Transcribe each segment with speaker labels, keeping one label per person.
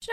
Speaker 1: Do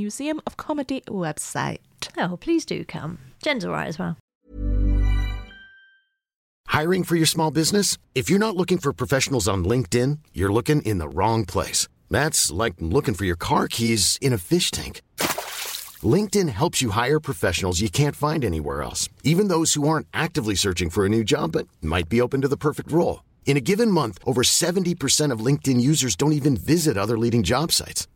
Speaker 2: Museum of Comedy website.
Speaker 1: Oh, please do come. Jen's all right as well.
Speaker 3: Hiring for your small business? If you're not looking for professionals on LinkedIn, you're looking in the wrong place. That's like looking for your car keys in a fish tank. LinkedIn helps you hire professionals you can't find anywhere else, even those who aren't actively searching for a new job but might be open to the perfect role. In a given month, over 70% of LinkedIn users don't even visit other leading job sites.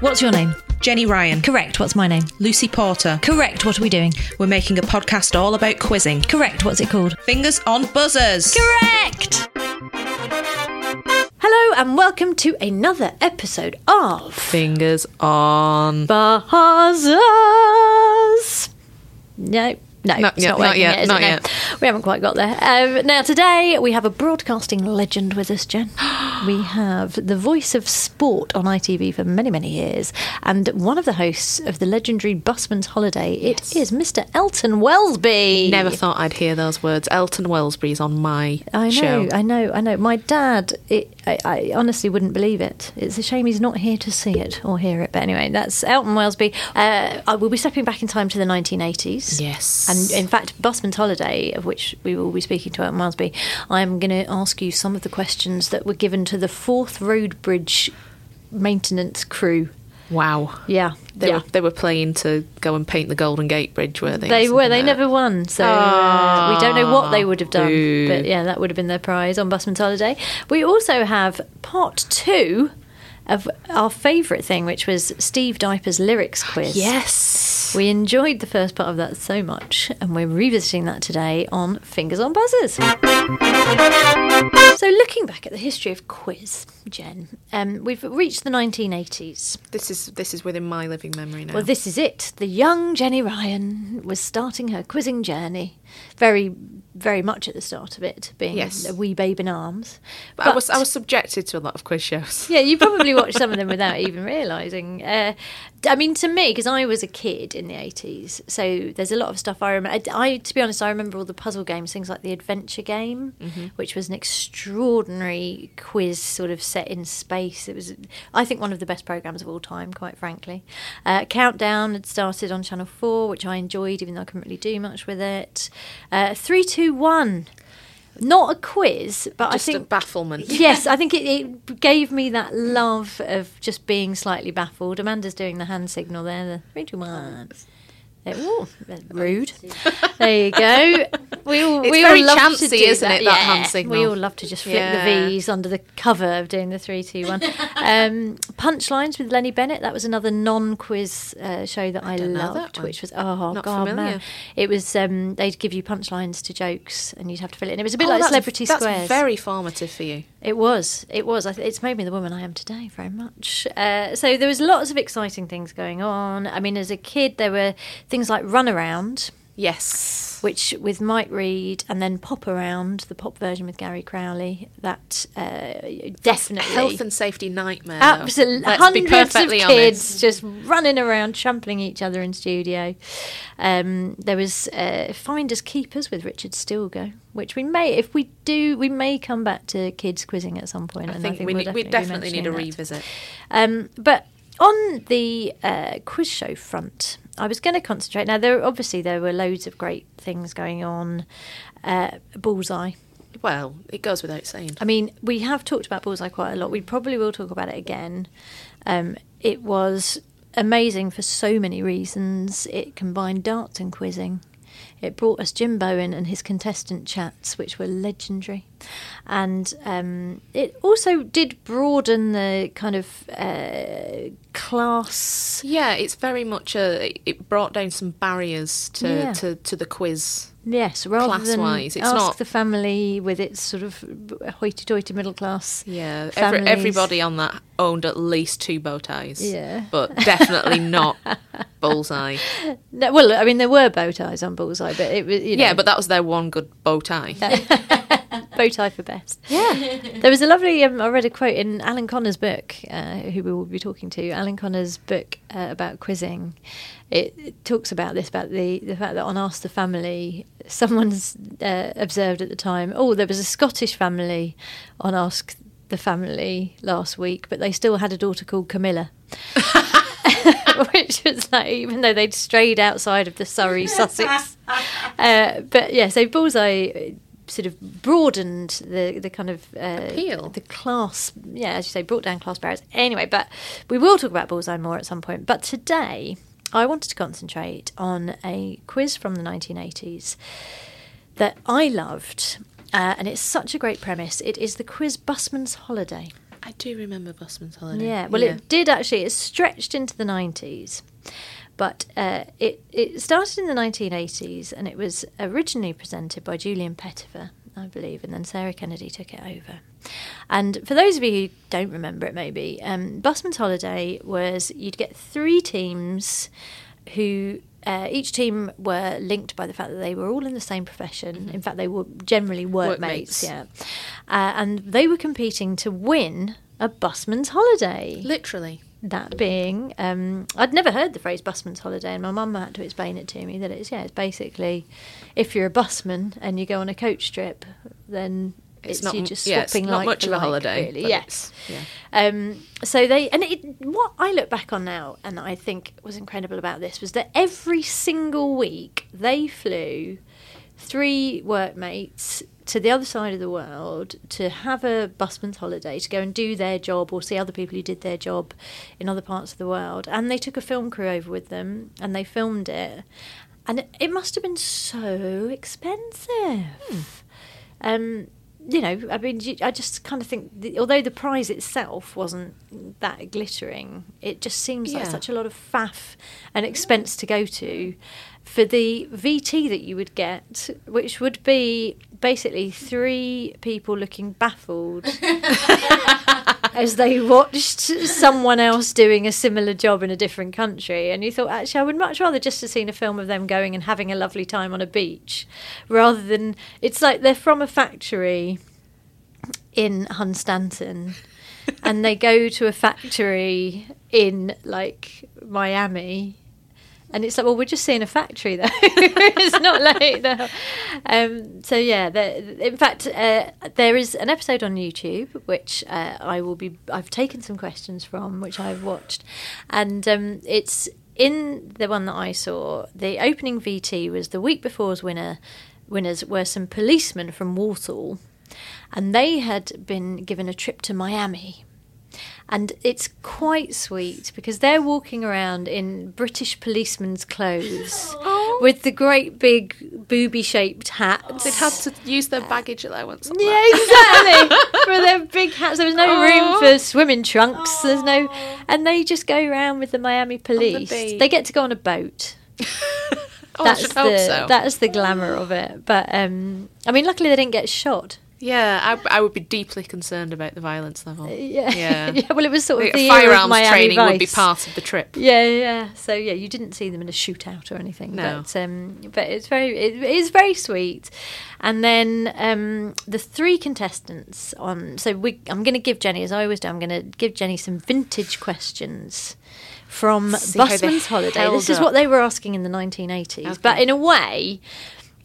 Speaker 1: What's your name?
Speaker 4: Jenny Ryan.
Speaker 1: Correct. What's my name?
Speaker 4: Lucy Porter.
Speaker 1: Correct. What are we doing?
Speaker 4: We're making a podcast all about quizzing.
Speaker 1: Correct. What's it called?
Speaker 4: Fingers on buzzers.
Speaker 1: Correct. Hello and welcome to another episode of
Speaker 2: Fingers on.
Speaker 1: Bahamas. No. No,
Speaker 2: Not
Speaker 1: it's
Speaker 2: yet,
Speaker 1: not,
Speaker 2: not
Speaker 1: working
Speaker 2: yet,
Speaker 1: is it?
Speaker 2: not
Speaker 1: No.
Speaker 2: yet.
Speaker 1: We haven't quite got there. Um, now, today we have a broadcasting legend with us, Jen. we have the voice of sport on ITV for many, many years, and one of the hosts of the legendary Busman's Holiday. It is Mr. Elton Wellsby.
Speaker 2: Never thought I'd hear those words. Elton Wellsbury's on my
Speaker 1: I know,
Speaker 2: show.
Speaker 1: I know, I know. My dad, it, I, I honestly wouldn't believe it. It's a shame he's not here to see it or hear it. But anyway, that's Elton Wellesby. Uh, I will be stepping back in time to the 1980s.
Speaker 2: Yes.
Speaker 1: And uh, in fact, Busman's Holiday, of which we will be speaking to Elton Wellesby, I'm going to ask you some of the questions that were given to the Fourth Road Bridge maintenance crew.
Speaker 2: wow.
Speaker 1: Yeah,
Speaker 2: They, Were, they were playing to go and paint the Golden Gate Bridge, were
Speaker 1: They
Speaker 2: they? Something
Speaker 1: were. They
Speaker 2: like that.
Speaker 1: never won, so uh, we don't know what they would have done.
Speaker 2: Ah, boo.
Speaker 1: But yeah, that would have been their prize on Busman's Holiday. We also have part two of our favourite thing, which was Steve Diper's lyrics quiz.
Speaker 2: Ah, Yes.
Speaker 1: We enjoyed the first part of that so much, and we're revisiting that today on Fingers on Buzzers. So, looking back at the history of quiz, Jen, um, we've reached the 1980s.
Speaker 2: This is this is within my living memory now.
Speaker 1: Well, this is it. The young Jenny Ryan was starting her quizzing journey, very, very much at the start of it, being
Speaker 2: Yes.
Speaker 1: a wee babe in arms. But
Speaker 2: I was I was subjected to a lot of quiz shows.
Speaker 1: yeah, you probably watched some of them without even realising. Uh, I mean, to me, because I was a kid in the eighties, so there's a lot of stuff I remember. I, I, to be honest, I remember all the puzzle games, things like the Adventure Game,
Speaker 2: Mm-hmm.
Speaker 1: which was an extraordinary quiz sort of set in space. It was, I think, one of the best programs of all time, quite frankly. Uh, Countdown had started on Channel Four, which I enjoyed, even though I couldn't really do much with it. Uh, Three, two, one. Not a quiz, but
Speaker 2: Just
Speaker 1: I
Speaker 2: a
Speaker 1: think
Speaker 2: bafflement.
Speaker 1: yes, I think it, it gave me that love of just being slightly baffled. Amanda's doing the hand signal there, the three, two, one. They- Ooh, rude. There you go. We all,
Speaker 5: It's
Speaker 1: we
Speaker 5: very
Speaker 1: all love
Speaker 5: chancy,
Speaker 1: to do
Speaker 5: isn't it, that hand
Speaker 1: We
Speaker 5: signal?
Speaker 1: all love to just flip
Speaker 5: Yeah.
Speaker 1: the V's under the cover of doing the three, two, one. um, Punchlines with Lenny Bennett. That was another non-quiz uh, show that I,
Speaker 5: don't know that
Speaker 1: loved,
Speaker 5: one.
Speaker 1: which was oh
Speaker 5: Not
Speaker 1: god,
Speaker 5: familiar.
Speaker 1: man. It was um, they'd give you punchlines to jokes, and you'd have to fill it in. It was a bit
Speaker 5: Oh,
Speaker 1: like
Speaker 5: that's-
Speaker 1: Celebrity
Speaker 5: that's
Speaker 1: Squares.
Speaker 5: very formative for you.
Speaker 1: It was. It was. I th- It's made me the woman I am today very much. Uh, so there was lots of exciting things going on. I mean, as a kid, there were things like Run Around,
Speaker 5: Yes.
Speaker 1: which with Mike Reed, and then Pop Around, the pop version with Gary Crowley. That uh, definitely
Speaker 5: Health and safety nightmare. though.
Speaker 1: Absolutely,
Speaker 5: Let's be
Speaker 1: hundreds
Speaker 5: perfectly
Speaker 1: of
Speaker 5: honest.
Speaker 1: kids just running around, trampling each other in studio. Um, there was uh, Finders Keepers with Richard Stilgo, which we may, if we do, we may come back to kids quizzing at some point.
Speaker 5: I
Speaker 1: and
Speaker 5: think,
Speaker 1: I think
Speaker 5: we,
Speaker 1: we'll
Speaker 5: need, we
Speaker 1: be
Speaker 5: definitely need a
Speaker 1: mentioning that.
Speaker 5: revisit.
Speaker 1: Um, but on the uh, quiz show front, I was going to concentrate. Now, there obviously there were loads of great things going on. Uh, bullseye.
Speaker 5: Well, it goes without saying.
Speaker 1: I mean, we have talked about Bullseye quite a lot. We probably will talk about it again. Um, it was amazing for so many reasons. It combined darts and quizzing. It brought us Jim Bowen and his contestant chats, which were legendary. And um, it also did broaden the kind of uh, class.
Speaker 5: Yeah, it's very much a. It brought down some barriers to
Speaker 1: Yeah.
Speaker 5: to, to the quiz.
Speaker 1: Yes, rather than
Speaker 5: Class-wise, it's
Speaker 1: ask
Speaker 5: not-
Speaker 1: the family with its sort of hoity-toity middle class.
Speaker 5: Yeah, every,
Speaker 1: families.
Speaker 5: everybody on that owned at least two bow ties.
Speaker 1: Yeah.
Speaker 5: but definitely not bullseye.
Speaker 1: No, well, I mean, there were bow ties on Bullseye, but it was you know,
Speaker 5: Yeah, but that was their one good bow tie.
Speaker 1: bow tie for best. Yeah. there was a lovely, um, I read a quote in Alan Connor's book, uh, who we will be talking to, Alan Connor's book uh, about quizzing. It, it talks about this, about the, the fact that on Ask the Family, someone's uh, observed at the time, oh, there was a Scottish family on Ask the Family last week, but they still had a daughter called Camilla. Which was like, even though they'd strayed outside of the Surrey Sussex uh, but yeah, so Bullseye uh, sort of broadened the the kind of uh,
Speaker 5: Appeal.
Speaker 1: the class. Yeah, as you say, brought down class barriers. Anyway, but we will talk about Bullseye more at some point. But today, I wanted to concentrate on a quiz from the 1980s that I loved. Uh, and it's such a great premise. It is the quiz Busman's Holiday.
Speaker 5: I do remember Busman's Holiday.
Speaker 1: Yeah, well, it did actually. It stretched into the 90s, but uh, it, it started in the 1980s and it was originally presented by Julian Pettifer, I believe, and then Sarah Kennedy took it over. And for those of you who don't remember it, maybe, um, Busman's Holiday was you'd get three teams who. Uh, each team were linked by the fact that they were all in the same profession. In fact, they were generally workmates.
Speaker 5: Workmates.
Speaker 1: Yeah, uh, and they were competing to win a busman's holiday.
Speaker 5: literally.
Speaker 1: That being, um, I'd never heard the phrase busman's holiday, and my mum had to explain it to me that it's yeah, it's basically if you're a busman and you go on a coach trip, then it's,
Speaker 5: It's not
Speaker 1: you just
Speaker 5: yeah, it's
Speaker 1: swapping
Speaker 5: not
Speaker 1: like
Speaker 5: much
Speaker 1: for
Speaker 5: of a
Speaker 1: like,
Speaker 5: holiday.
Speaker 1: Really.
Speaker 5: but
Speaker 1: Yes.
Speaker 5: it's- yeah.
Speaker 1: Um, so they and it, what I look back on now and I think was incredible about this was that every single week they flew three workmates to the other side of the world to have a busman's holiday to go and do their job or see other people who did their job in other parts of the world and they took a film crew over with them and they filmed it and it- it must have been so expensive um, you know, I mean, you- I just kind of think, the, although the prize itself wasn't that glittering, it just seems like
Speaker 5: Yeah.
Speaker 1: such a lot of faff and expense to go to for the VT that you would get, which would be basically three people looking baffled as they watched someone else doing a similar job in a different country. And you thought, actually, I would much rather just have seen a film of them going and having a lovely time on a beach rather than it's like they're from a factory in Hunstanton and they go to a factory in like Miami. And it's like, well, we're just seeing a factory, though. it's not like the um, so yeah, the, in fact, uh, there is an episode on YouTube which uh, I will be. I've taken some questions from which I've watched, and um, it's in the one that I saw. The opening VT was the week before's winner. Winners were some policemen from Walsall, and they had been given a trip to Miami And it's quite sweet because they're walking around in British policemen's clothes
Speaker 5: Oh.
Speaker 1: with the great big booby shaped hats.
Speaker 5: They've had to use their baggage allowance. On
Speaker 1: Yeah, exactly. for their big hats, there was no
Speaker 5: Oh.
Speaker 1: room for swimming trunks. There's no, and they just go around with the Miami police. they
Speaker 5: beach.
Speaker 1: get to go on a boat.
Speaker 5: Oh, I
Speaker 1: that's
Speaker 5: should
Speaker 1: the
Speaker 5: hope so.
Speaker 1: that's the glamour of it. But um, I mean, luckily they didn't get shot.
Speaker 5: yeah, I, I would be deeply concerned about the violence level.
Speaker 1: Uh, Yeah,
Speaker 5: Yeah.
Speaker 1: well, it was sort of the
Speaker 5: The
Speaker 1: era of
Speaker 5: firearms
Speaker 1: Miami
Speaker 5: training would be
Speaker 1: Vice.
Speaker 5: part of the trip.
Speaker 1: Yeah, yeah. So yeah, you didn't see them in a shootout or anything.
Speaker 5: No.
Speaker 1: But, um, but it's very it is very sweet. And then um, the three contestants on. So we, I'm going to give Jenny, as I always do, I'm going to give Jenny some vintage questions from
Speaker 5: See how they
Speaker 1: Busman's Holiday.
Speaker 5: held
Speaker 1: This is
Speaker 5: up.
Speaker 1: what they were asking in the 1980s. But in a way.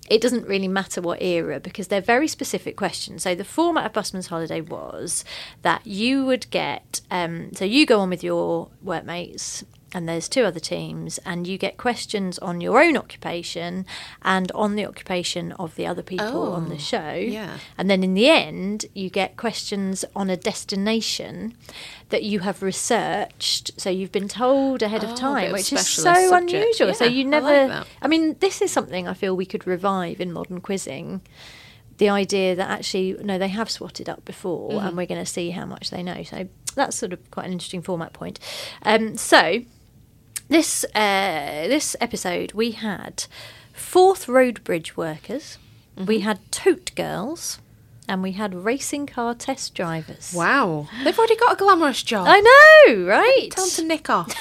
Speaker 1: It doesn't really matter what era because they're very specific questions. So the format of Busman's Holiday was that you would get, um, so you go on with your workmates, and there's two other teams, and you get questions on your own occupation and on the occupation of the other people on the show.
Speaker 5: yeah.
Speaker 1: And then in the end, you get questions on a destination that you have researched. So you've been told ahead
Speaker 5: Oh,
Speaker 1: of
Speaker 5: a bit
Speaker 1: time,
Speaker 5: of
Speaker 1: which is so
Speaker 5: specialist subject.
Speaker 1: unusual. so
Speaker 5: Yeah,
Speaker 1: you
Speaker 5: I
Speaker 1: never,
Speaker 5: like that.
Speaker 1: I mean, this is something I feel we could revive in modern quizzing. The idea that actually, no, they have swatted up before,
Speaker 5: Mm-hmm.
Speaker 1: and we're going to see how much they know. So that's sort of quite an interesting format point. Um, so this uh, this episode we had fourth road bridge workers,
Speaker 5: Mm-hmm.
Speaker 1: we had tote girls, and we had racing car test drivers.
Speaker 5: Wow. They've already got a glamorous job.
Speaker 1: I know, right?
Speaker 5: Time to nick off.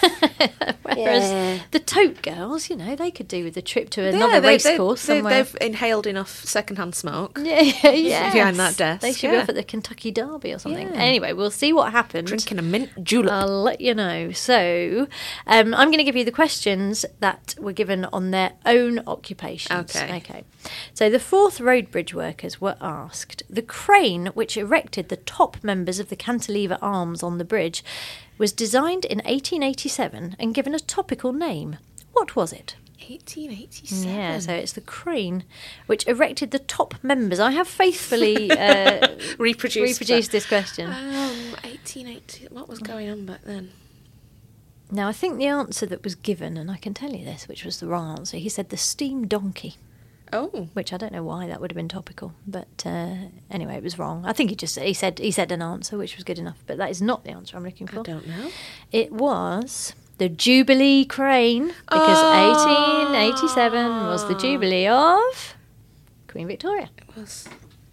Speaker 1: Whereas the tote girls, you know, they could do with a trip to
Speaker 5: Yeah,
Speaker 1: another
Speaker 5: they-
Speaker 1: race
Speaker 5: they-
Speaker 1: course
Speaker 5: they-
Speaker 1: somewhere.
Speaker 5: They've inhaled enough secondhand smoke.
Speaker 1: yeah, yeah, yeah.
Speaker 5: behind that desk,
Speaker 1: They should be
Speaker 5: yeah.
Speaker 1: off at the Kentucky Derby or something. Anyway, we'll see what happens.
Speaker 5: Drinking a mint julep.
Speaker 1: I'll let you know. So, um, I'm going to give you the questions that were given on their own occupations.
Speaker 5: Okay.
Speaker 1: Okay. So, the fourth road bridge workers were asked the crane which erected the top members of the cantilever arms on the bridge was designed in 1887 and given a topical name. What was it?
Speaker 5: 1887.
Speaker 1: Yeah, so it's the crane which erected the top members. I have faithfully uh,
Speaker 5: Reproduced.
Speaker 1: reproduced this question.
Speaker 5: that. Um, 1880. What was going on back then?
Speaker 1: Now, I think the answer that was given, and I can tell you this, which was the wrong answer, he said the steam donkey,
Speaker 5: Oh.
Speaker 1: which I don't know why that would have been topical, but uh, anyway, it was wrong. I think he just he said he said an answer which was good enough, but that is not the answer I'm looking for.
Speaker 5: I don't know.
Speaker 1: It was the Jubilee crane because
Speaker 5: Oh.
Speaker 1: 1887 was the Jubilee of Queen Victoria.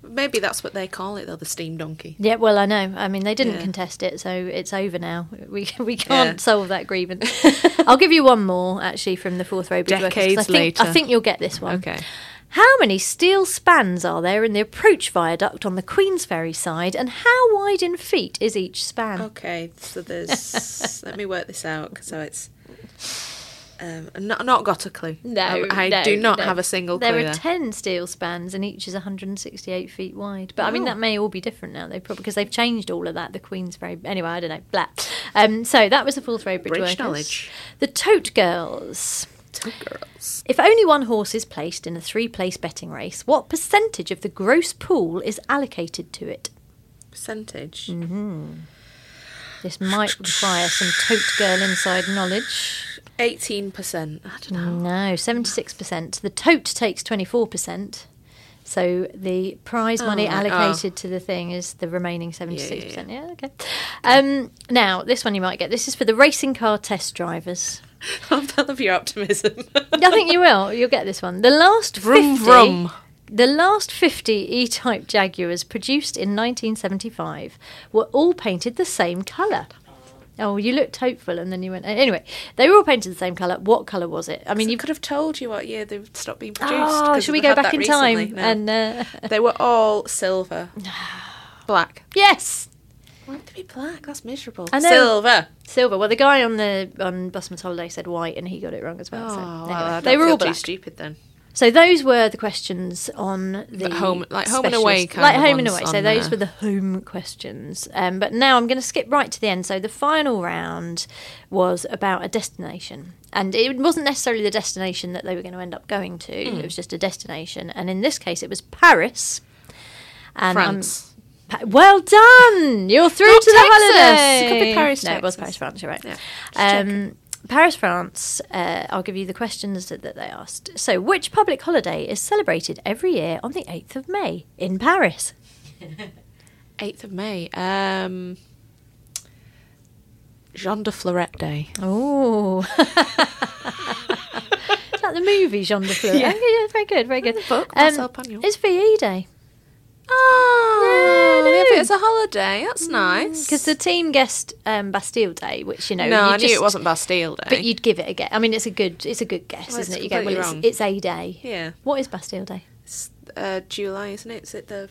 Speaker 5: Maybe that's what they call it, though, the steam donkey.
Speaker 1: Yeah, well, I know. I mean, they didn't
Speaker 5: Yeah.
Speaker 1: contest it, so it's over now. We we can't
Speaker 5: Yeah.
Speaker 1: solve that grievance. I'll give you one more actually from the fourth row. Bridge Workers, 'cause I
Speaker 5: Decades
Speaker 1: think, I
Speaker 5: later.
Speaker 1: think you'll get this one. How many steel spans are there in the approach viaduct on the Queens Ferry side, and how wide in feet is each span?
Speaker 5: Oh, Okay, so there's. let me work this out. 'cause So it's. Um, I've not, not got a clue. I, I
Speaker 1: no,
Speaker 5: do not
Speaker 1: no.
Speaker 5: have a single
Speaker 1: There
Speaker 5: clue.
Speaker 1: are ten steel spans, and each is 168 feet wide. But I
Speaker 5: Oh.
Speaker 1: mean, that may all be different now. They probably because they've changed all of that. The Queen's very anyway. I don't know. Blah. Um, so that was the fourth row bridge
Speaker 5: Bridge
Speaker 1: workers.
Speaker 5: knowledge.
Speaker 1: The Tote Girls.
Speaker 5: Two girls.
Speaker 1: If only one horse is placed in a three-place betting race, what percentage of the gross pool is allocated to it?
Speaker 5: Percentage.
Speaker 1: This might require some Tote Girl inside knowledge.
Speaker 5: 18%. I don't know.
Speaker 1: No, seventy-six percent. The tote takes twenty-four percent. So the prize money
Speaker 5: right.
Speaker 1: allocated to the thing is the remaining seventy-six percent. Ah, Yeah, okay. Um, now this one you might get. This is for the racing car test drivers.
Speaker 5: I love your optimism.
Speaker 1: I think you will. You'll get this one. The last
Speaker 5: Vroom,
Speaker 1: 50,
Speaker 5: vroom.
Speaker 1: The last 50 E-type Jaguars produced in 1975 were all painted the same colour. Oh, you looked hopeful, and then you went. Anyway, they were all painted the same colour. What colour was it? I mean,
Speaker 5: you
Speaker 1: you've
Speaker 5: could have told you what year they stopped being produced.
Speaker 1: Oh,
Speaker 5: 'cause
Speaker 1: should we
Speaker 5: they
Speaker 1: go
Speaker 5: had
Speaker 1: back
Speaker 5: that
Speaker 1: in
Speaker 5: recently.
Speaker 1: time?
Speaker 5: No.
Speaker 1: And uh,
Speaker 5: they were all silver, black.
Speaker 1: yes,
Speaker 5: Why would they be black? That's miserable.
Speaker 1: I know.
Speaker 5: Silver.
Speaker 1: silver. Well, the guy on the on Busman's holiday said white, and he got it wrong as well. so
Speaker 5: Oh, wow,
Speaker 1: anyway,
Speaker 5: I don't
Speaker 1: they were
Speaker 5: feel
Speaker 1: all
Speaker 5: too
Speaker 1: black.
Speaker 5: stupid then.
Speaker 1: So those were the questions on the
Speaker 5: home- like home and away
Speaker 1: specialist-
Speaker 5: kind
Speaker 1: like
Speaker 5: of
Speaker 1: home and
Speaker 5: ones
Speaker 1: away. So
Speaker 5: on
Speaker 1: those
Speaker 5: there.
Speaker 1: were the home questions. Um, but now I'm going to skip right to the end. So the final round was about a destination, and it wasn't necessarily the destination that they were going to end up going to.
Speaker 5: Hmm. um,
Speaker 1: It was just a destination, and in this case, it was Paris. And I'm-
Speaker 5: France.
Speaker 1: Pa- Uh, well done. You're through
Speaker 5: Not
Speaker 1: to the
Speaker 5: Texas.
Speaker 1: holiday.
Speaker 5: It could be Paris,
Speaker 1: No, it was Paris,
Speaker 5: Texas.
Speaker 1: France. You're right.
Speaker 5: Yeah,
Speaker 1: Um, Paris, France. Uh, I'll give you the questions that, that they asked. So, which public holiday is celebrated every year on the 8th of May in Paris?
Speaker 5: 8th of May. Um, Jean de Florette Day.
Speaker 1: Oh. Is that the movie Jean de Fleur? Yeah. yeah, very good, very good. Um,
Speaker 5: book, Marcel Pagnol.
Speaker 1: it's VE Day
Speaker 5: Oh,
Speaker 1: No,
Speaker 5: yeah,
Speaker 1: no.
Speaker 5: but it's a holiday. That's nice.
Speaker 1: because the team guessed um, Bastille Day, which you know.
Speaker 5: no,
Speaker 1: you
Speaker 5: I knew
Speaker 1: just-
Speaker 5: it wasn't Bastille Day.
Speaker 1: But you'd give it a guess. I mean, it's a good, it's a good guess,
Speaker 5: Well,
Speaker 1: isn't
Speaker 5: it's
Speaker 1: it? You go, well,
Speaker 5: completely
Speaker 1: it's,
Speaker 5: wrong.
Speaker 1: it's a day.
Speaker 5: Yeah.
Speaker 1: What is Bastille Day?
Speaker 5: It's uh, July, isn't it? Is it the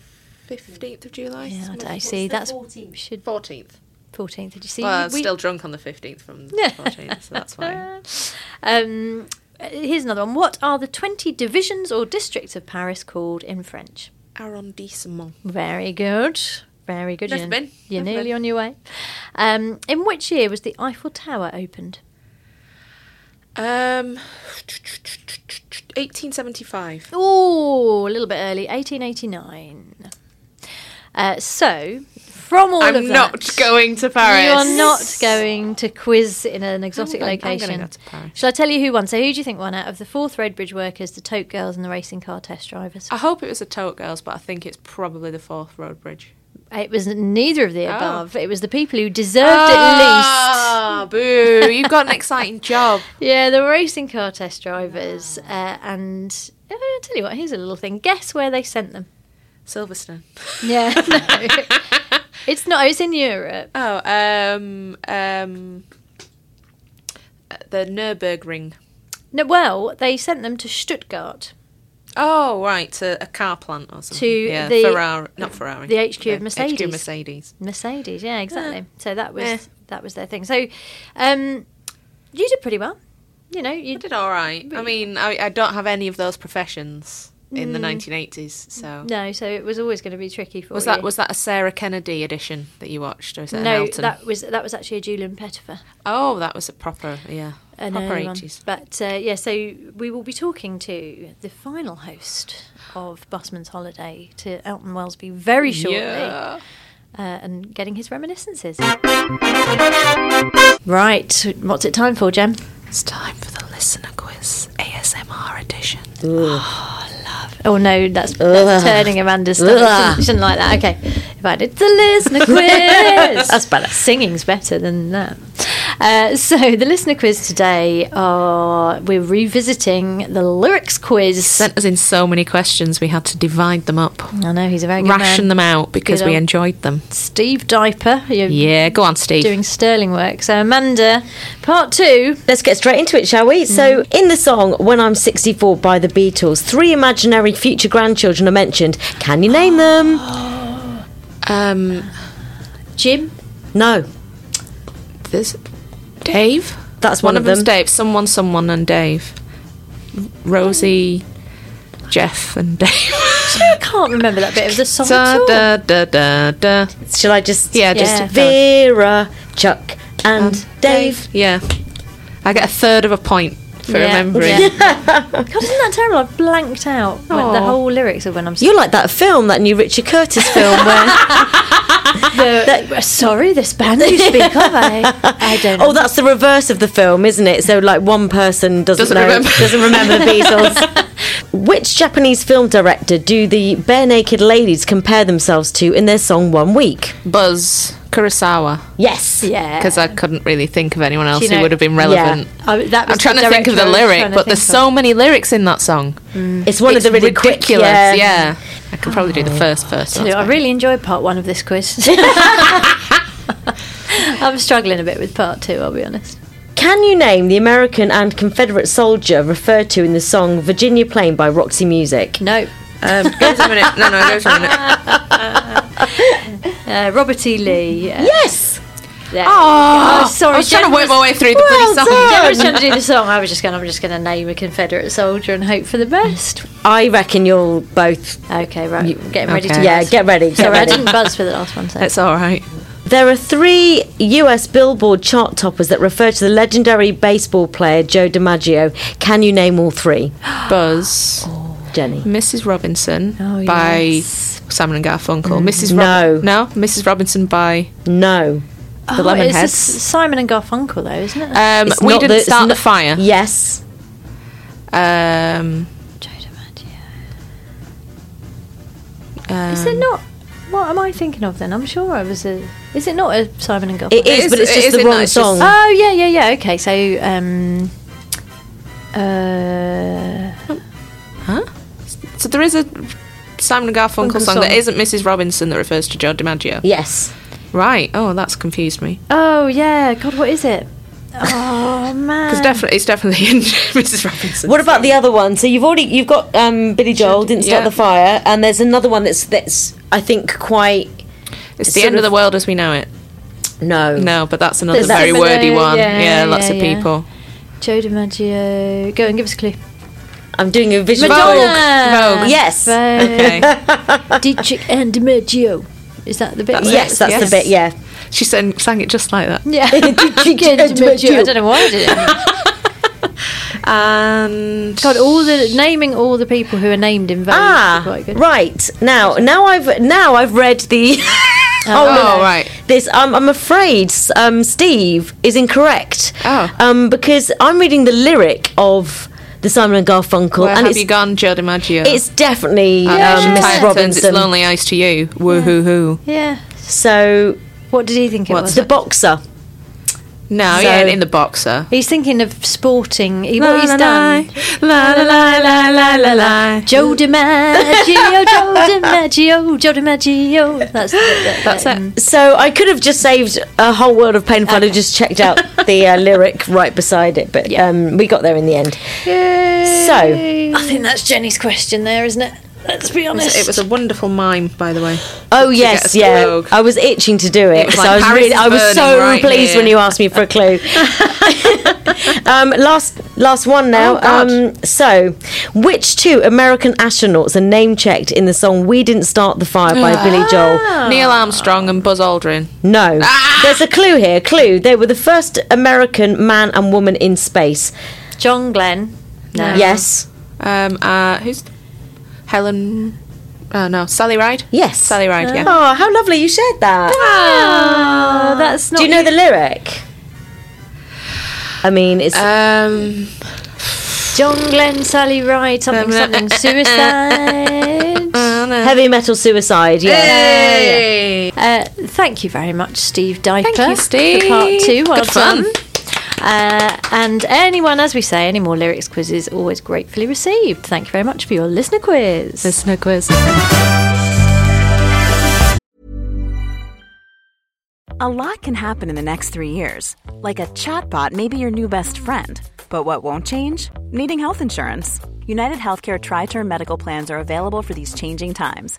Speaker 5: 15th of July?
Speaker 1: Yeah, I
Speaker 5: Something-
Speaker 1: don't see. That's should
Speaker 5: 14th.
Speaker 1: 14th. Did you see?
Speaker 5: Well, I
Speaker 1: we-
Speaker 5: was still drunk on the 15th from the 14th, so that's why.
Speaker 1: Um, uh, here's another one. What are the 20 divisions or districts of Paris called in French?
Speaker 5: Arrondissement.
Speaker 1: Very good. Very good.
Speaker 5: Never
Speaker 1: You're-
Speaker 5: been.
Speaker 1: You're
Speaker 5: Never
Speaker 1: nearly
Speaker 5: been.
Speaker 1: on your way. Um, in which year was the Eiffel Tower opened?
Speaker 5: Um, 1875.
Speaker 1: Oh, a little bit early, 1889. Uh, so, from all of
Speaker 5: I'm
Speaker 1: that,
Speaker 5: not going to Paris.
Speaker 1: You are not going to quiz in an exotic
Speaker 5: I'm gonna- I'm gonna
Speaker 1: location.
Speaker 5: go to Paris.
Speaker 1: Shall I tell you who won? So, who do you think won out of the fourth road bridge workers, the tote girls, and the racing car test drivers?
Speaker 5: I hope it was the Tote Girls, but I think it's probably the Fourth Road Bridge.
Speaker 1: Uh, It was neither of the above. It was the people who deserved it
Speaker 5: Oh. Ah, boo! You've got an exciting job.
Speaker 1: least. Yeah, the racing car test drivers.
Speaker 5: Ah.
Speaker 1: Uh, and uh, I'll tell you what, here's a little thing. Guess where they sent them?
Speaker 5: Silverstone.
Speaker 1: Yeah, no. it's not, it's in Europe.
Speaker 5: Oh, um, um, uh, the Nurburgring.
Speaker 1: No, well, they sent them to Stuttgart,
Speaker 5: Oh, right, to a car plant or something.
Speaker 1: To
Speaker 5: yeah,
Speaker 1: the-
Speaker 5: Ferrari, not Ferrari.
Speaker 1: the HQ of
Speaker 5: HQ
Speaker 1: Mercedes.
Speaker 5: Mercedes.
Speaker 1: Mercedes. Yeah, exactly. So that was
Speaker 5: Eh.
Speaker 1: that was their thing. So um, you did pretty well. You know, you
Speaker 5: I did all right. I mean, I, I don't have any of those professions in the 1980s, so.
Speaker 1: Mm. No, so it was always going to be tricky for
Speaker 5: Was
Speaker 1: you.
Speaker 5: that was that a Sarah Kennedy edition that you watched, or is it
Speaker 1: no,
Speaker 5: an Elton?
Speaker 1: that was that was actually a Julian Pettifer.
Speaker 5: Oh, that was a proper, yeah,
Speaker 1: an
Speaker 5: proper
Speaker 1: early one.
Speaker 5: 80s.
Speaker 1: But uh, yeah, so we will be talking to the final host of Busman's Holiday to Elton Wellesby very shortly.
Speaker 5: Yeah.
Speaker 1: uh, and getting his reminiscences. Right, what's it time for, Jem?
Speaker 5: It's time for the listener quiz, ASMR edition.
Speaker 1: Oh no, that's, that's turning Amanda's stomach. Shouldn't, shouldn't like that. Okay, if I did the listener quiz, that's better. Singing's better than that. Uh, so the listener quiz today are we're revisiting the lyrics quiz.
Speaker 5: Sent us in so many questions, we had to divide them up,
Speaker 1: I know he's a very good
Speaker 5: ration
Speaker 1: man.
Speaker 5: them out because
Speaker 1: Good
Speaker 5: we
Speaker 1: old-
Speaker 5: enjoyed them.
Speaker 1: Steve Diaper, you're
Speaker 5: Yeah, go on, Steve.
Speaker 1: doing sterling work. So Amanda, part two.
Speaker 6: Let's get straight into it, shall we? So,
Speaker 5: Mm-hmm.
Speaker 6: in the song When I'm 64 by the Beatles, three imaginary future grandchildren are mentioned. Can you name them?
Speaker 5: Um,
Speaker 1: Jim,
Speaker 6: No,
Speaker 5: there's Dave.
Speaker 6: that's
Speaker 5: One,
Speaker 6: one,
Speaker 5: of
Speaker 6: them.
Speaker 5: them's Dave. Someone, someone, and Dave. Rosie, Jeff, and Dave.
Speaker 1: I can't remember that bit of the song at
Speaker 5: da,
Speaker 1: all.
Speaker 5: da, da, da, da.
Speaker 6: Shall I just.
Speaker 5: Yeah, just
Speaker 1: Yeah.
Speaker 6: Vera, Chuck, and Dave.
Speaker 5: Yeah, I get a third of a point for
Speaker 1: Yeah.
Speaker 5: remembering.
Speaker 1: Yeah. God, isn't that terrible? I've blanked out when the
Speaker 5: Aw.
Speaker 1: whole lyrics of when I'm.
Speaker 6: You're like that film, that new Richard Curtis film where.
Speaker 1: The, sorry, this band you speak of, I, I don't know.
Speaker 6: Oh, that's the reverse of the film, isn't it? So, like, one person doesn't,
Speaker 5: Doesn't
Speaker 6: know,
Speaker 5: remember.
Speaker 6: doesn't remember the Beatles. Which Japanese film director do the bare naked ladies compare themselves to in their song One Week?
Speaker 5: Buzz Kurosawa,
Speaker 6: Yes.
Speaker 1: yeah.
Speaker 5: because I couldn't really think of anyone else
Speaker 1: you know-
Speaker 5: who would have been relevant.
Speaker 1: I- that was
Speaker 5: I'm trying
Speaker 1: the
Speaker 5: to think of the
Speaker 1: director I was trying
Speaker 5: lyric,
Speaker 1: to
Speaker 5: but there's
Speaker 1: think
Speaker 5: so many lyrics in that song.
Speaker 6: It's one
Speaker 5: it's
Speaker 6: of the really
Speaker 5: ridiculous.
Speaker 6: quick, yeah.
Speaker 5: yeah. I could probably
Speaker 1: Oh.
Speaker 5: do the first verse.
Speaker 1: of. I really enjoyed part one of this quiz. I'm struggling a bit with part two, I'll be honest.
Speaker 6: Can you name the American and Confederate soldier referred to in the song Virginia Plain by Roxy Music?
Speaker 1: No.
Speaker 5: Um, go for a minute. No, no, go for a minute.
Speaker 1: Uh, Robert E. Lee. Uh,
Speaker 6: Yes!
Speaker 1: there.
Speaker 5: Oh,
Speaker 1: Oh, sorry,
Speaker 5: I was trying
Speaker 1: Jen
Speaker 5: to work
Speaker 1: was-
Speaker 5: my way through the bloody song.
Speaker 1: I was trying to do the song. I was just going. I'm just going to name a Confederate soldier and hope for the best.
Speaker 6: I reckon you'll both.
Speaker 1: Okay, right. getting ready to.
Speaker 5: okay.
Speaker 6: Yeah,
Speaker 1: buzz.
Speaker 6: get ready. Get
Speaker 1: Sorry, I
Speaker 6: ready.
Speaker 1: didn't buzz for the last one. So.
Speaker 5: It's all right.
Speaker 6: There are three US Billboard chart toppers that refer to the legendary baseball player Joe DiMaggio. Can you name all three?
Speaker 5: Buzz,
Speaker 2: Um,
Speaker 6: Jenny.
Speaker 5: Mrs. Robinson
Speaker 1: Oh, Mm.
Speaker 5: by
Speaker 1: yes.
Speaker 2: Simon and Garfunkel. Mrs.
Speaker 6: No.
Speaker 2: Rob- no, Mrs. Robinson by
Speaker 6: No.
Speaker 2: the
Speaker 1: Oh, it's
Speaker 2: Lemonheads.
Speaker 1: S- Simon and Garfunkel, though, isn't it?
Speaker 2: Um,
Speaker 6: It's
Speaker 2: we
Speaker 6: not
Speaker 2: didn't
Speaker 6: it's
Speaker 2: start the
Speaker 6: not-
Speaker 2: fire.
Speaker 6: Yes.
Speaker 2: Um,
Speaker 1: Joe DiMaggio.
Speaker 2: um,
Speaker 1: Is it not? What am I thinking of then? I'm sure I was a. Is it not a Simon and Garfunkel?
Speaker 6: It is,
Speaker 7: is-
Speaker 6: but it's
Speaker 7: it
Speaker 6: just
Speaker 7: is,
Speaker 6: the
Speaker 7: isn't it?
Speaker 6: wrong
Speaker 7: It's just-
Speaker 6: song.
Speaker 1: Oh yeah, yeah, yeah. Okay, so um, uh,
Speaker 2: Huh? So there is a Simon and Garfunkel
Speaker 1: Funkel
Speaker 2: song, that
Speaker 1: song.
Speaker 2: isn't Mrs. Robinson that refers to Joe DiMaggio.
Speaker 6: yes.
Speaker 2: Right. Oh, that's confused me.
Speaker 1: oh yeah. God, what is it? Oh man.
Speaker 2: Because definitely, it's definitely in Mrs. Robinson.
Speaker 6: What about the other one? So you've already you've got um, Billy Joel didn't start
Speaker 2: yeah.
Speaker 6: the fire, and there's another one that's that's I think quite
Speaker 2: It's the
Speaker 6: sort
Speaker 2: end of
Speaker 6: of-
Speaker 2: the world as we know it.
Speaker 6: no
Speaker 2: No, but that's another
Speaker 6: That's
Speaker 2: very
Speaker 6: similar,
Speaker 2: wordy one.
Speaker 1: yeah,
Speaker 2: Yeah, lots
Speaker 1: yeah,
Speaker 2: of
Speaker 1: yeah.
Speaker 2: people.
Speaker 1: Joe DiMaggio. Go and give us a clue.
Speaker 6: I'm doing a visual.
Speaker 1: Madonna.
Speaker 2: Vogue.
Speaker 6: Yes.
Speaker 1: Vogue.
Speaker 2: Okay.
Speaker 1: Dietrich and DiMaggio. Is that the bit?
Speaker 2: That's
Speaker 6: Yes, that's
Speaker 2: Yes.
Speaker 6: the bit. Yeah.
Speaker 2: she sang, sang it just like that.
Speaker 1: Yeah. Dietrich and DiMaggio. I don't know why I did it.
Speaker 2: And
Speaker 1: God, all the naming all the people who are named in Vogue. is
Speaker 6: Ah,
Speaker 1: quite good.
Speaker 6: right now, now I've now I've read the.
Speaker 2: Oh,
Speaker 6: no.
Speaker 2: right.
Speaker 6: This um, I'm afraid um, Steve is incorrect.
Speaker 2: Oh.
Speaker 6: Um, because I'm reading the lyric of the Simon and Garfunkel,
Speaker 2: where
Speaker 6: and
Speaker 2: have
Speaker 6: it's
Speaker 2: you gone, Oh, Joe DiMaggio?
Speaker 6: it's definitely
Speaker 2: And
Speaker 6: um,
Speaker 2: Action
Speaker 6: Miss
Speaker 2: Titans,
Speaker 6: Robinson.
Speaker 2: It's lonely eyes to you. Woo hoo hoo.
Speaker 1: Yeah.
Speaker 6: So
Speaker 1: What did he think it
Speaker 2: What's
Speaker 1: was?
Speaker 6: the boxer.
Speaker 2: No,
Speaker 6: So-
Speaker 2: yeah, in the boxer.
Speaker 1: He's thinking of sporting. He, what he's
Speaker 2: La, la,
Speaker 1: done.
Speaker 2: La la la la la la la.
Speaker 1: Joe DiMaggio, Joe DiMaggio, Joe DiMaggio. That's it.
Speaker 2: That's it.
Speaker 6: So I could have just saved a whole world of pain if I'd have just checked out the uh, lyric right beside it, but um, we got there in the end. So
Speaker 1: I think that's Jenny's question there, isn't Mm. it? Let's be honest.
Speaker 2: It was a wonderful mime, by the way.
Speaker 6: oh
Speaker 2: To get
Speaker 6: yes,
Speaker 2: a
Speaker 6: yeah,
Speaker 2: stroke.
Speaker 6: I was itching to do it.
Speaker 2: was
Speaker 6: so
Speaker 2: like,
Speaker 6: I was
Speaker 2: Paris
Speaker 6: really,
Speaker 2: is
Speaker 6: I was so
Speaker 2: burning right
Speaker 6: pleased when
Speaker 2: here.
Speaker 6: you asked me for a clue. um, last last one now.
Speaker 2: Oh, God.
Speaker 6: um, so which two American astronauts are name checked in the song "We Didn't Start the Fire" by
Speaker 2: Ah.
Speaker 6: Billy Joel?
Speaker 2: Neil Armstrong and Buzz Aldrin.
Speaker 6: No.
Speaker 2: Ah.
Speaker 6: There's a clue here. Clue. They were the first American man and woman in space.
Speaker 1: John Glenn. No.
Speaker 6: Yes.
Speaker 2: Um, uh, who's Helen? Oh no, Sally Ride.
Speaker 6: Yes.
Speaker 2: Sally Ride. Yeah.
Speaker 6: Oh, how lovely you shared that. Ah.
Speaker 1: Oh, that's not.
Speaker 6: Do you know the lyric? I mean, it's
Speaker 5: Uh,
Speaker 2: Um,
Speaker 1: John Glenn, Sally Ride, something, something, suicide?
Speaker 6: heavy metal suicide. Yeah.
Speaker 1: Uh, thank you very much, Steve Diaper.
Speaker 2: you, Steve.
Speaker 1: For part two. Well
Speaker 2: Good fun.
Speaker 1: done. Uh, and anyone, as we say, any more lyrics quizzes always gratefully received. Thank you very much for your listener quiz.
Speaker 2: listener quiz.
Speaker 8: A lot can happen in the next three years. Like a chatbot may be your new best friend. But what won't change? Needing health insurance. United Healthcare Tri Term Medical Plans are available for these changing times.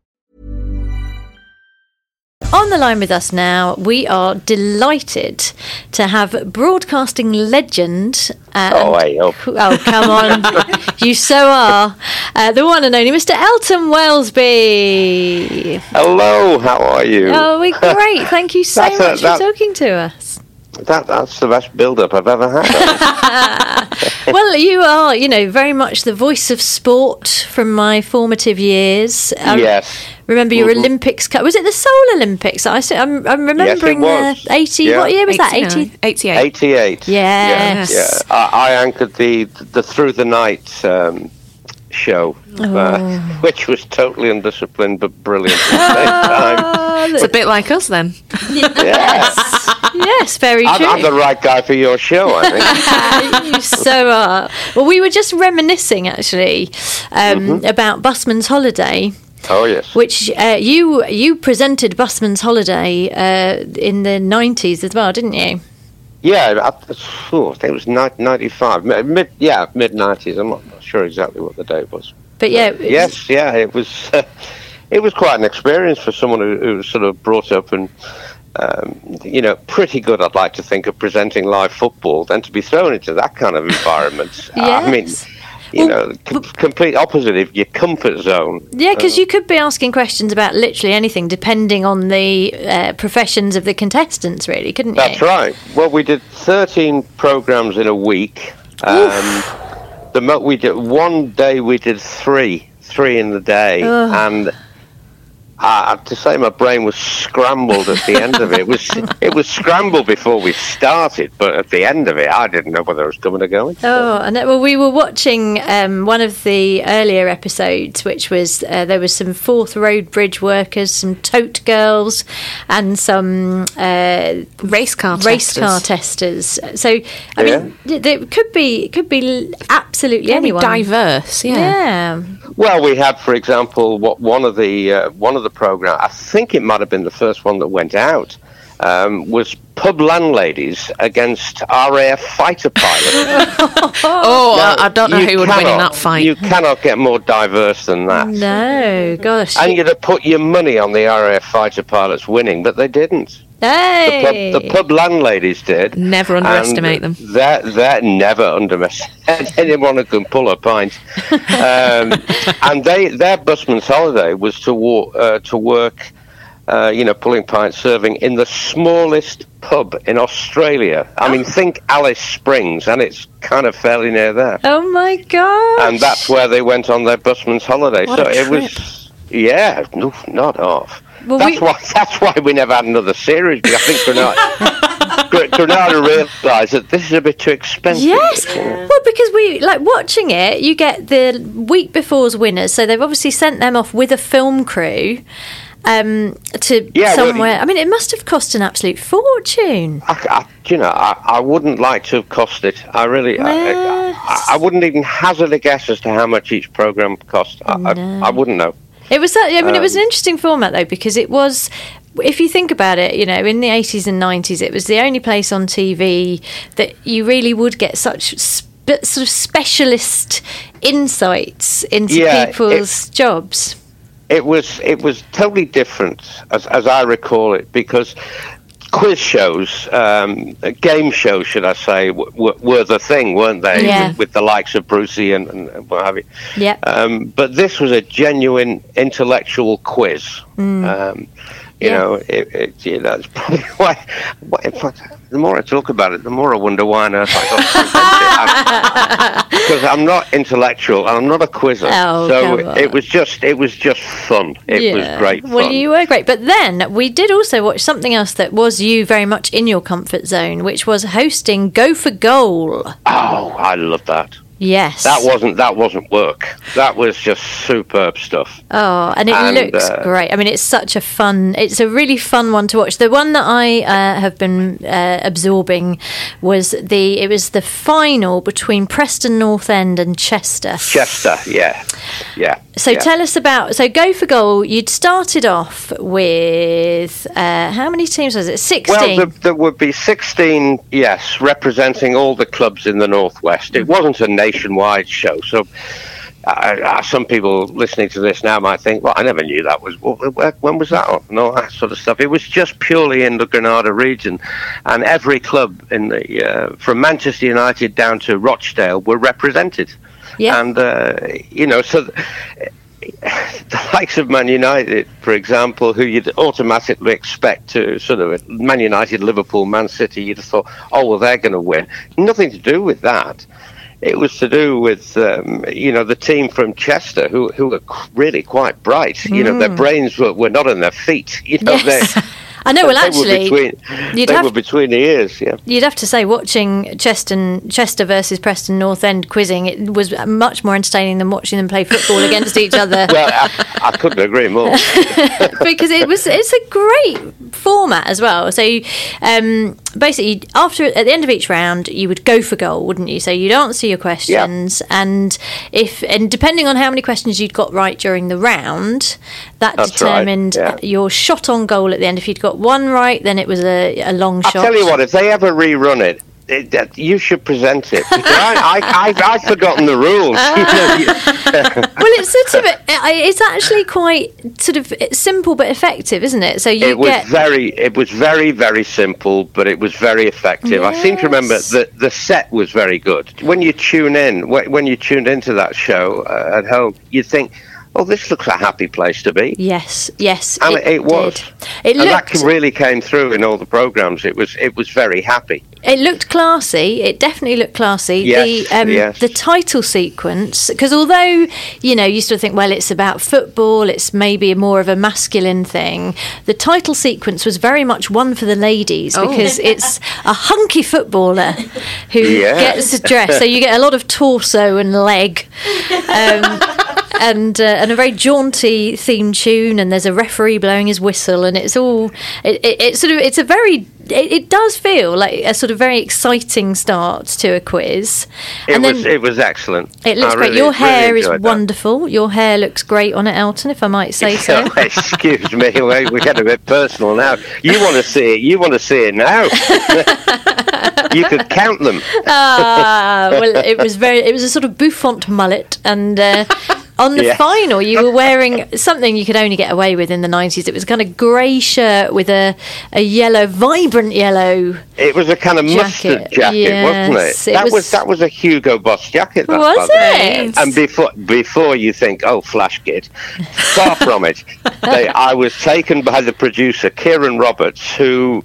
Speaker 1: On the line with us now, we are delighted to have broadcasting legend. Uh,
Speaker 5: Oh, I hope.
Speaker 1: Oh, come on. you so are. Uh, the one and only Mr. Elton Wellesby.
Speaker 5: Hello, how are you?
Speaker 1: Oh, we're great. Thank you so
Speaker 5: That's a-
Speaker 1: much for
Speaker 5: that-
Speaker 1: talking to us.
Speaker 5: That, that's the best build up I've ever had.
Speaker 1: well, you are, you know, very much the voice of sport from my formative years. I
Speaker 9: Yes.
Speaker 1: Remember your
Speaker 9: Mhm.
Speaker 1: Olympics Cup? Was it the Seoul Olympics? I s- I'm, I'm remembering
Speaker 9: was.
Speaker 1: the 80.
Speaker 9: Yeah.
Speaker 1: What year was that?
Speaker 9: 89.
Speaker 1: 80?
Speaker 2: 88.
Speaker 9: 88.
Speaker 1: Yes.
Speaker 9: Yeah, yeah. I, I anchored the, the Through the Night um, show,
Speaker 2: Oh.
Speaker 9: uh, which was totally undisciplined but brilliant at the same time.
Speaker 2: it's a bit like us then.
Speaker 1: Yes. yes, very
Speaker 9: I'm,
Speaker 1: true.
Speaker 9: I'm the right guy for your show, I think.
Speaker 1: you so are. Well, we were just reminiscing actually um, about Busman's Holiday.
Speaker 9: Mm-hmm. Oh, yes.
Speaker 1: Which uh, you you presented Busman's Holiday uh, in the nineties as well, didn't you?
Speaker 9: Yeah, I, phew, I think it was ni- 95. mi- Mid, yeah, mid 90s. I'm not sure exactly what the date was.
Speaker 1: But yeah, it-
Speaker 9: Uh, Yes, yeah, it was. it was quite an experience for someone who, who was sort of brought up and, um, you know, pretty good. I'd like to think of presenting live football, then to be thrown into that kind of environment. I mean,
Speaker 1: Yes.
Speaker 9: you know, com- complete opposite of your comfort zone.
Speaker 1: Yeah, because
Speaker 9: Uh,
Speaker 1: you could be asking questions about literally anything, depending on the uh, professions of the contestants, really, couldn't you?
Speaker 9: That's right. Well, we did 13 programs in a week. Um, the mo- we did one day we did three, three in the day,
Speaker 1: Ugh.
Speaker 9: and I I have to say my brain was scrambled at the end of it. It was it was scrambled before we started, but at the end of it, I didn't know whether I was coming or going.
Speaker 1: Oh, and that, well, we were watching um, one of the earlier episodes, which was uh, there was some Fourth Road Bridge workers, some tote girls, and some uh,
Speaker 2: race car
Speaker 1: race
Speaker 2: testers.
Speaker 1: car testers. So, I
Speaker 9: Yeah.
Speaker 1: mean, th- there could be it could be l- absolutely
Speaker 2: Very
Speaker 1: anyone.
Speaker 2: diverse, yeah.
Speaker 1: Yeah.
Speaker 9: Well, we had, for example, what one of the uh, one of the program. I think it might have been the first one that went out. Um, was pub landladies against RAF fighter pilots?
Speaker 2: Oh, I, I don't know
Speaker 9: Uh, You
Speaker 2: who would win in
Speaker 9: cannot-
Speaker 2: that fight.
Speaker 9: You cannot get more diverse than that.
Speaker 1: No, gosh.
Speaker 9: And you'd have put your money on the RAF fighter pilots winning, but they didn't.
Speaker 1: hey.
Speaker 9: The, pub, the pub landladies did.
Speaker 2: Never
Speaker 9: and
Speaker 2: underestimate them.
Speaker 9: That that never underestimate anyone who can pull a pint. Um, and they their busman's holiday was to walk uh, to work. Uh, you know, pulling pints, serving in the smallest pub in Australia. I mean, think Alice Springs, and it's kind of fairly near there
Speaker 1: Oh my gosh.
Speaker 9: and that's where they went on their busman's holiday.
Speaker 1: What
Speaker 9: so
Speaker 1: a
Speaker 9: it was, yeah, no, not off.
Speaker 1: Well,
Speaker 9: that's
Speaker 1: we-
Speaker 9: why. That's why we never had another series. because I think Granada, Gr- Granada realised that this is a bit too expensive.
Speaker 1: Yes. Well, because we like watching it, you get the week before's winners. So they've obviously sent them off with a film crew um, to
Speaker 9: Yeah, well,
Speaker 1: somewhere. I mean, it must have cost an absolute fortune.
Speaker 9: I, I- you know, I, I wouldn't like to have cost it. I really, I, I, I- I wouldn't even hazard a guess as to how much each program cost. I, I, I wouldn't know.
Speaker 1: It was. that- I mean, it was an
Speaker 9: Um,
Speaker 1: interesting format though because it was. If you think about it, you know, in the 80s and 90s, it was the only place on TV that you really would get such sp- sort of specialist insights into
Speaker 9: Yeah, it-
Speaker 1: people's jobs.
Speaker 9: It was it was totally different, as as I recall it, because quiz shows, um, game shows, should I say, w- w- were the thing, weren't they?
Speaker 1: Yeah.
Speaker 9: With, with the likes of Brucey and, and what have you.
Speaker 1: Yep.
Speaker 9: Um, but this was a genuine intellectual quiz. Um, you
Speaker 1: Hmm. Yeah.
Speaker 9: know, it, it, you know, it's probably why. why in fact, the more I talk about it, the more I wonder why on earth I got because I'm not intellectual and I'm not a quizzer.
Speaker 1: Oh, come
Speaker 9: so
Speaker 1: on.
Speaker 9: it was just it was just fun. It was great fun.
Speaker 1: Well, you were great. But then we did also watch something else that was you very much in your comfort zone, which was hosting Go for Goal.
Speaker 9: Oh, I love that.
Speaker 1: Yes.
Speaker 9: That wasn't that wasn't work. That was just superb stuff.
Speaker 1: Oh, and it
Speaker 9: And,
Speaker 1: looks
Speaker 9: uh,
Speaker 1: great. I mean, it's such a fun, it's a really fun one to watch. The one that I uh, have been uh, absorbing was the, it was the final between Preston North End and Chester.
Speaker 9: Chester, yeah, yeah.
Speaker 1: So
Speaker 9: yeah.
Speaker 1: tell us about so go for goal. You'd started off with uh, how many teams was it? Sixteen.
Speaker 9: Well, there, there would be 16, yes, representing all the clubs in the Northwest. It wasn't a nationwide show, so uh, uh, some people listening to this now might think, well, I never knew that was, wh- wh- when was that on? And all that sort of stuff. It was just purely in the Granada region, and every club in the, uh, from Manchester United down to Rochdale were represented.
Speaker 1: Yeah.
Speaker 9: And, uh, you know, so th- the likes of Man United, for example, who you'd automatically expect to sort of Man United, Liverpool, Man City, you'd have thought, oh, well, they're going to win. Nothing to do with that. It was to do with um, you know the team from Chester who who were qu- really quite bright. You know their
Speaker 1: Mm.
Speaker 9: brains were, were not on their feet. You know
Speaker 1: Yes.
Speaker 9: they.
Speaker 1: I know. Well,
Speaker 9: they
Speaker 1: actually,
Speaker 9: were between,
Speaker 1: you'd
Speaker 9: they
Speaker 1: have
Speaker 9: were between the ears. Yeah.
Speaker 1: You'd have to say watching Chester, Chester versus Preston North End quizzing it was much more entertaining than watching them play football against each other
Speaker 9: well, I, I couldn't agree more.
Speaker 1: because it was it's a great format as well. So um, basically, after at the end of each round, you would go for goal, wouldn't you? So you'd answer your questions, and if and depending on how many questions you'd got right during the round, that
Speaker 9: That's right,
Speaker 1: determined
Speaker 9: yeah.
Speaker 1: your shot on goal at the end. If you'd got one right, then it was a, a long
Speaker 9: I
Speaker 1: shot.
Speaker 9: tell you what, if they ever rerun it, it that, you should present it. Because I, I, I've, I've forgotten the rules.
Speaker 1: well, it's sort of it's actually quite sort of simple but effective, isn't it? So you
Speaker 9: it was
Speaker 1: get
Speaker 9: very, it was very, very simple, but it was very effective. I seem to remember that the set was very good. When you tune in, wh- when you tuned into that show uh, at home, you think, "Oh, this looks a happy place to be."
Speaker 1: yes, yes,
Speaker 9: And it, was.
Speaker 1: It
Speaker 9: and that
Speaker 1: looked-
Speaker 9: really came through in all the programs. It was, it was very happy.
Speaker 1: It looked classy. It definitely looked classy.
Speaker 9: Yes,
Speaker 1: the um,
Speaker 9: yes.
Speaker 1: the title sequence, because although you know you sort of think, well, it's about football, it's maybe more of a masculine thing. The title sequence was very much one for the ladies
Speaker 5: Oh.
Speaker 1: because it's a hunky footballer who
Speaker 5: Yes.
Speaker 1: gets dressed. So you get a lot of torso and leg. Um, And, uh, and a very jaunty theme tune, and there's a referee blowing his whistle, and it's all it, it, it's sort of it's a very it, it does feel like a sort of very exciting start to a quiz.
Speaker 9: It
Speaker 1: and
Speaker 9: was,
Speaker 1: then
Speaker 9: it was excellent.
Speaker 1: it looks
Speaker 9: I
Speaker 1: great.
Speaker 9: really-
Speaker 1: Your
Speaker 9: really
Speaker 1: hair is
Speaker 9: enjoyed that.
Speaker 1: wonderful. Your hair looks great on it, Elton, if I might say so.
Speaker 9: Excuse me, we- we're getting a bit personal now. You want to see it? You want to see it now? you could count them.
Speaker 1: ah, well, it was very. It was a sort of bouffant mullet, and uh, on the
Speaker 9: Yes.
Speaker 1: final, you were wearing something you could only get away with in the nineties. It was a kind of grey shirt with a a yellow, vibrant yellow.
Speaker 9: It was a kind of mustard
Speaker 1: Jacket,
Speaker 9: jacket, wasn't
Speaker 1: yes,
Speaker 9: it?
Speaker 1: it
Speaker 9: that was,
Speaker 1: was-
Speaker 9: that was a Hugo Boss jacket. That
Speaker 1: Was
Speaker 9: by the-
Speaker 1: it?
Speaker 9: And before before you think, oh, flash kid, far from it. They, I was taken by the producer Kieran Roberts, who.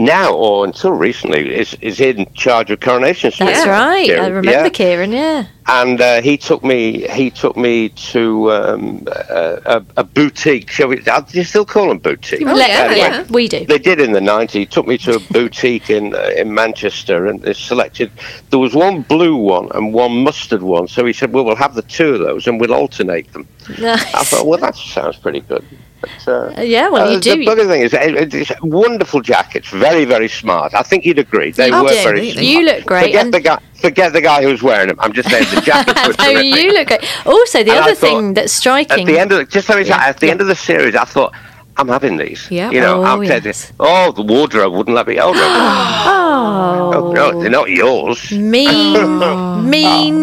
Speaker 9: Now or until recently is is in charge of Coronation Street.
Speaker 1: That's right. I
Speaker 9: Kieran,
Speaker 1: remember
Speaker 9: yeah.
Speaker 1: Kieran. Yeah.
Speaker 9: and uh, he took me he took me to um, a, a- a boutique shall we uh, do you still call them boutiques
Speaker 1: Let-
Speaker 9: Anyway,
Speaker 1: Oh, yeah, we do.
Speaker 9: they did in the 90s he took me to a boutique in uh, in manchester and they selected there was one blue one and one mustard one so he said well we'll have the two of those and we'll alternate them i
Speaker 1: Nice.
Speaker 9: thought Uh, well that sounds pretty good but, uh,
Speaker 1: Uh, yeah, well,
Speaker 9: uh,
Speaker 1: you do.
Speaker 9: The other thing is, it, it's wonderful jackets, very, very smart. I think you'd agree. They
Speaker 1: I
Speaker 9: were
Speaker 1: do.
Speaker 9: very smart.
Speaker 1: Oh, You look great,
Speaker 9: Forget
Speaker 1: and-
Speaker 9: the, guy, forget the guy who was wearing them. I'm just saying the jackets were
Speaker 1: no,
Speaker 9: terrific.
Speaker 1: you look great. Also, the
Speaker 9: And I
Speaker 1: other
Speaker 9: thought,
Speaker 1: thing that's
Speaker 9: At
Speaker 1: striking.
Speaker 9: the end of the, just let me say, at the end of the series, I thought, I'm having these.
Speaker 1: Yeah.
Speaker 9: You know,
Speaker 1: Oh,
Speaker 9: I'm taking this. Oh, the wardrobe wouldn't let me. Oh, no.
Speaker 1: oh,
Speaker 9: oh, no, they're not yours.
Speaker 1: mean,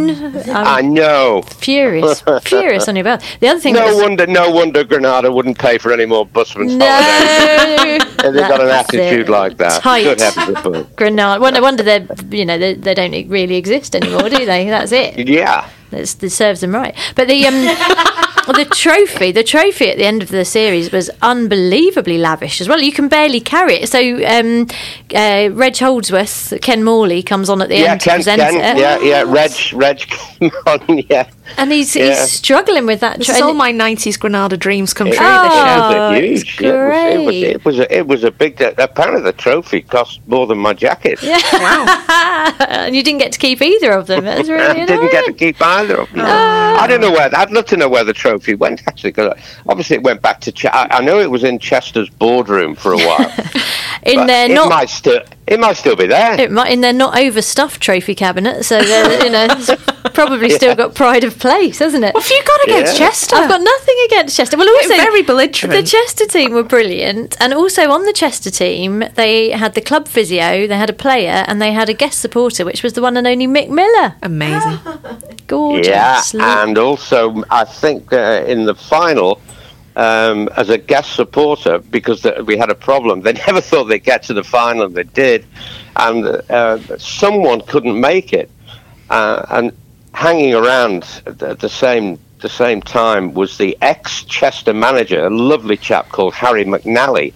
Speaker 1: mean.
Speaker 9: I
Speaker 1: I'm
Speaker 9: know.
Speaker 1: furious, furious on your belt. The other thing
Speaker 9: No
Speaker 1: that's
Speaker 9: wonder, no wonder Granada wouldn't pay for any more busman's
Speaker 1: No.
Speaker 9: holidays. They've got an
Speaker 1: That's it.
Speaker 9: attitude like that.
Speaker 1: Tight.
Speaker 9: Good heavens above.
Speaker 1: Granada. Well, no wonder they, you know, they, they don't really exist anymore, do they? That's it.
Speaker 9: Yeah.
Speaker 1: That's, that serves them right. But the um, the trophy, the trophy at the end of the series was unbelievably lavish as well. You can barely carry it. So um, uh, Reg Holdsworth, Ken Morley comes on at the
Speaker 9: yeah,
Speaker 1: end
Speaker 9: Ken,
Speaker 1: to present
Speaker 9: Ken,
Speaker 1: it.
Speaker 9: yeah, yeah, Reg, Reg came on, yeah.
Speaker 1: And he's,
Speaker 9: Yeah.
Speaker 1: he's struggling with that.
Speaker 5: This
Speaker 1: tro-
Speaker 5: is all
Speaker 1: and-
Speaker 5: my 90s Granada dreams come
Speaker 9: It
Speaker 5: true.
Speaker 9: was-
Speaker 1: Oh.
Speaker 5: this
Speaker 9: it
Speaker 5: show.
Speaker 9: was a
Speaker 1: it's
Speaker 9: huge- it was- it was- It was a- it was a big. uh, Apparently, the trophy cost more than my jacket.
Speaker 1: Yeah. and you didn't get to keep either of them. That's really Oh.
Speaker 9: I didn't get to keep either of them. I don't know where. I'd love to know where the trophy went actually, because obviously it went back to. Ch- I, I know it was in Chester's boardroom for a while.
Speaker 1: in
Speaker 9: but
Speaker 1: their
Speaker 9: it
Speaker 1: not
Speaker 9: might still. It might still be there.
Speaker 1: it might, in their not overstuffed trophy cabinet. So they're you know it's probably still got pride of place, hasn't it? What have you got
Speaker 5: against Yeah. Chester?
Speaker 1: I've got nothing against Chester. Well, also
Speaker 5: Ah. very belligerent.
Speaker 1: The Chester team were brilliant, and also on the Chester team they had the club physio, they had a player, and they had a guest supporter, which was the one and only Mick Miller.
Speaker 5: Amazing,
Speaker 1: gorgeous.
Speaker 9: yeah,
Speaker 1: Look.
Speaker 9: and also I think uh, in the final, um, as a guest supporter, because the, we had a problem, they never thought they'd get to the final, and they did, and uh, someone couldn't make it, uh, and hanging around at the, the same the same time was the ex Chester manager, a lovely chap called Harry McNally.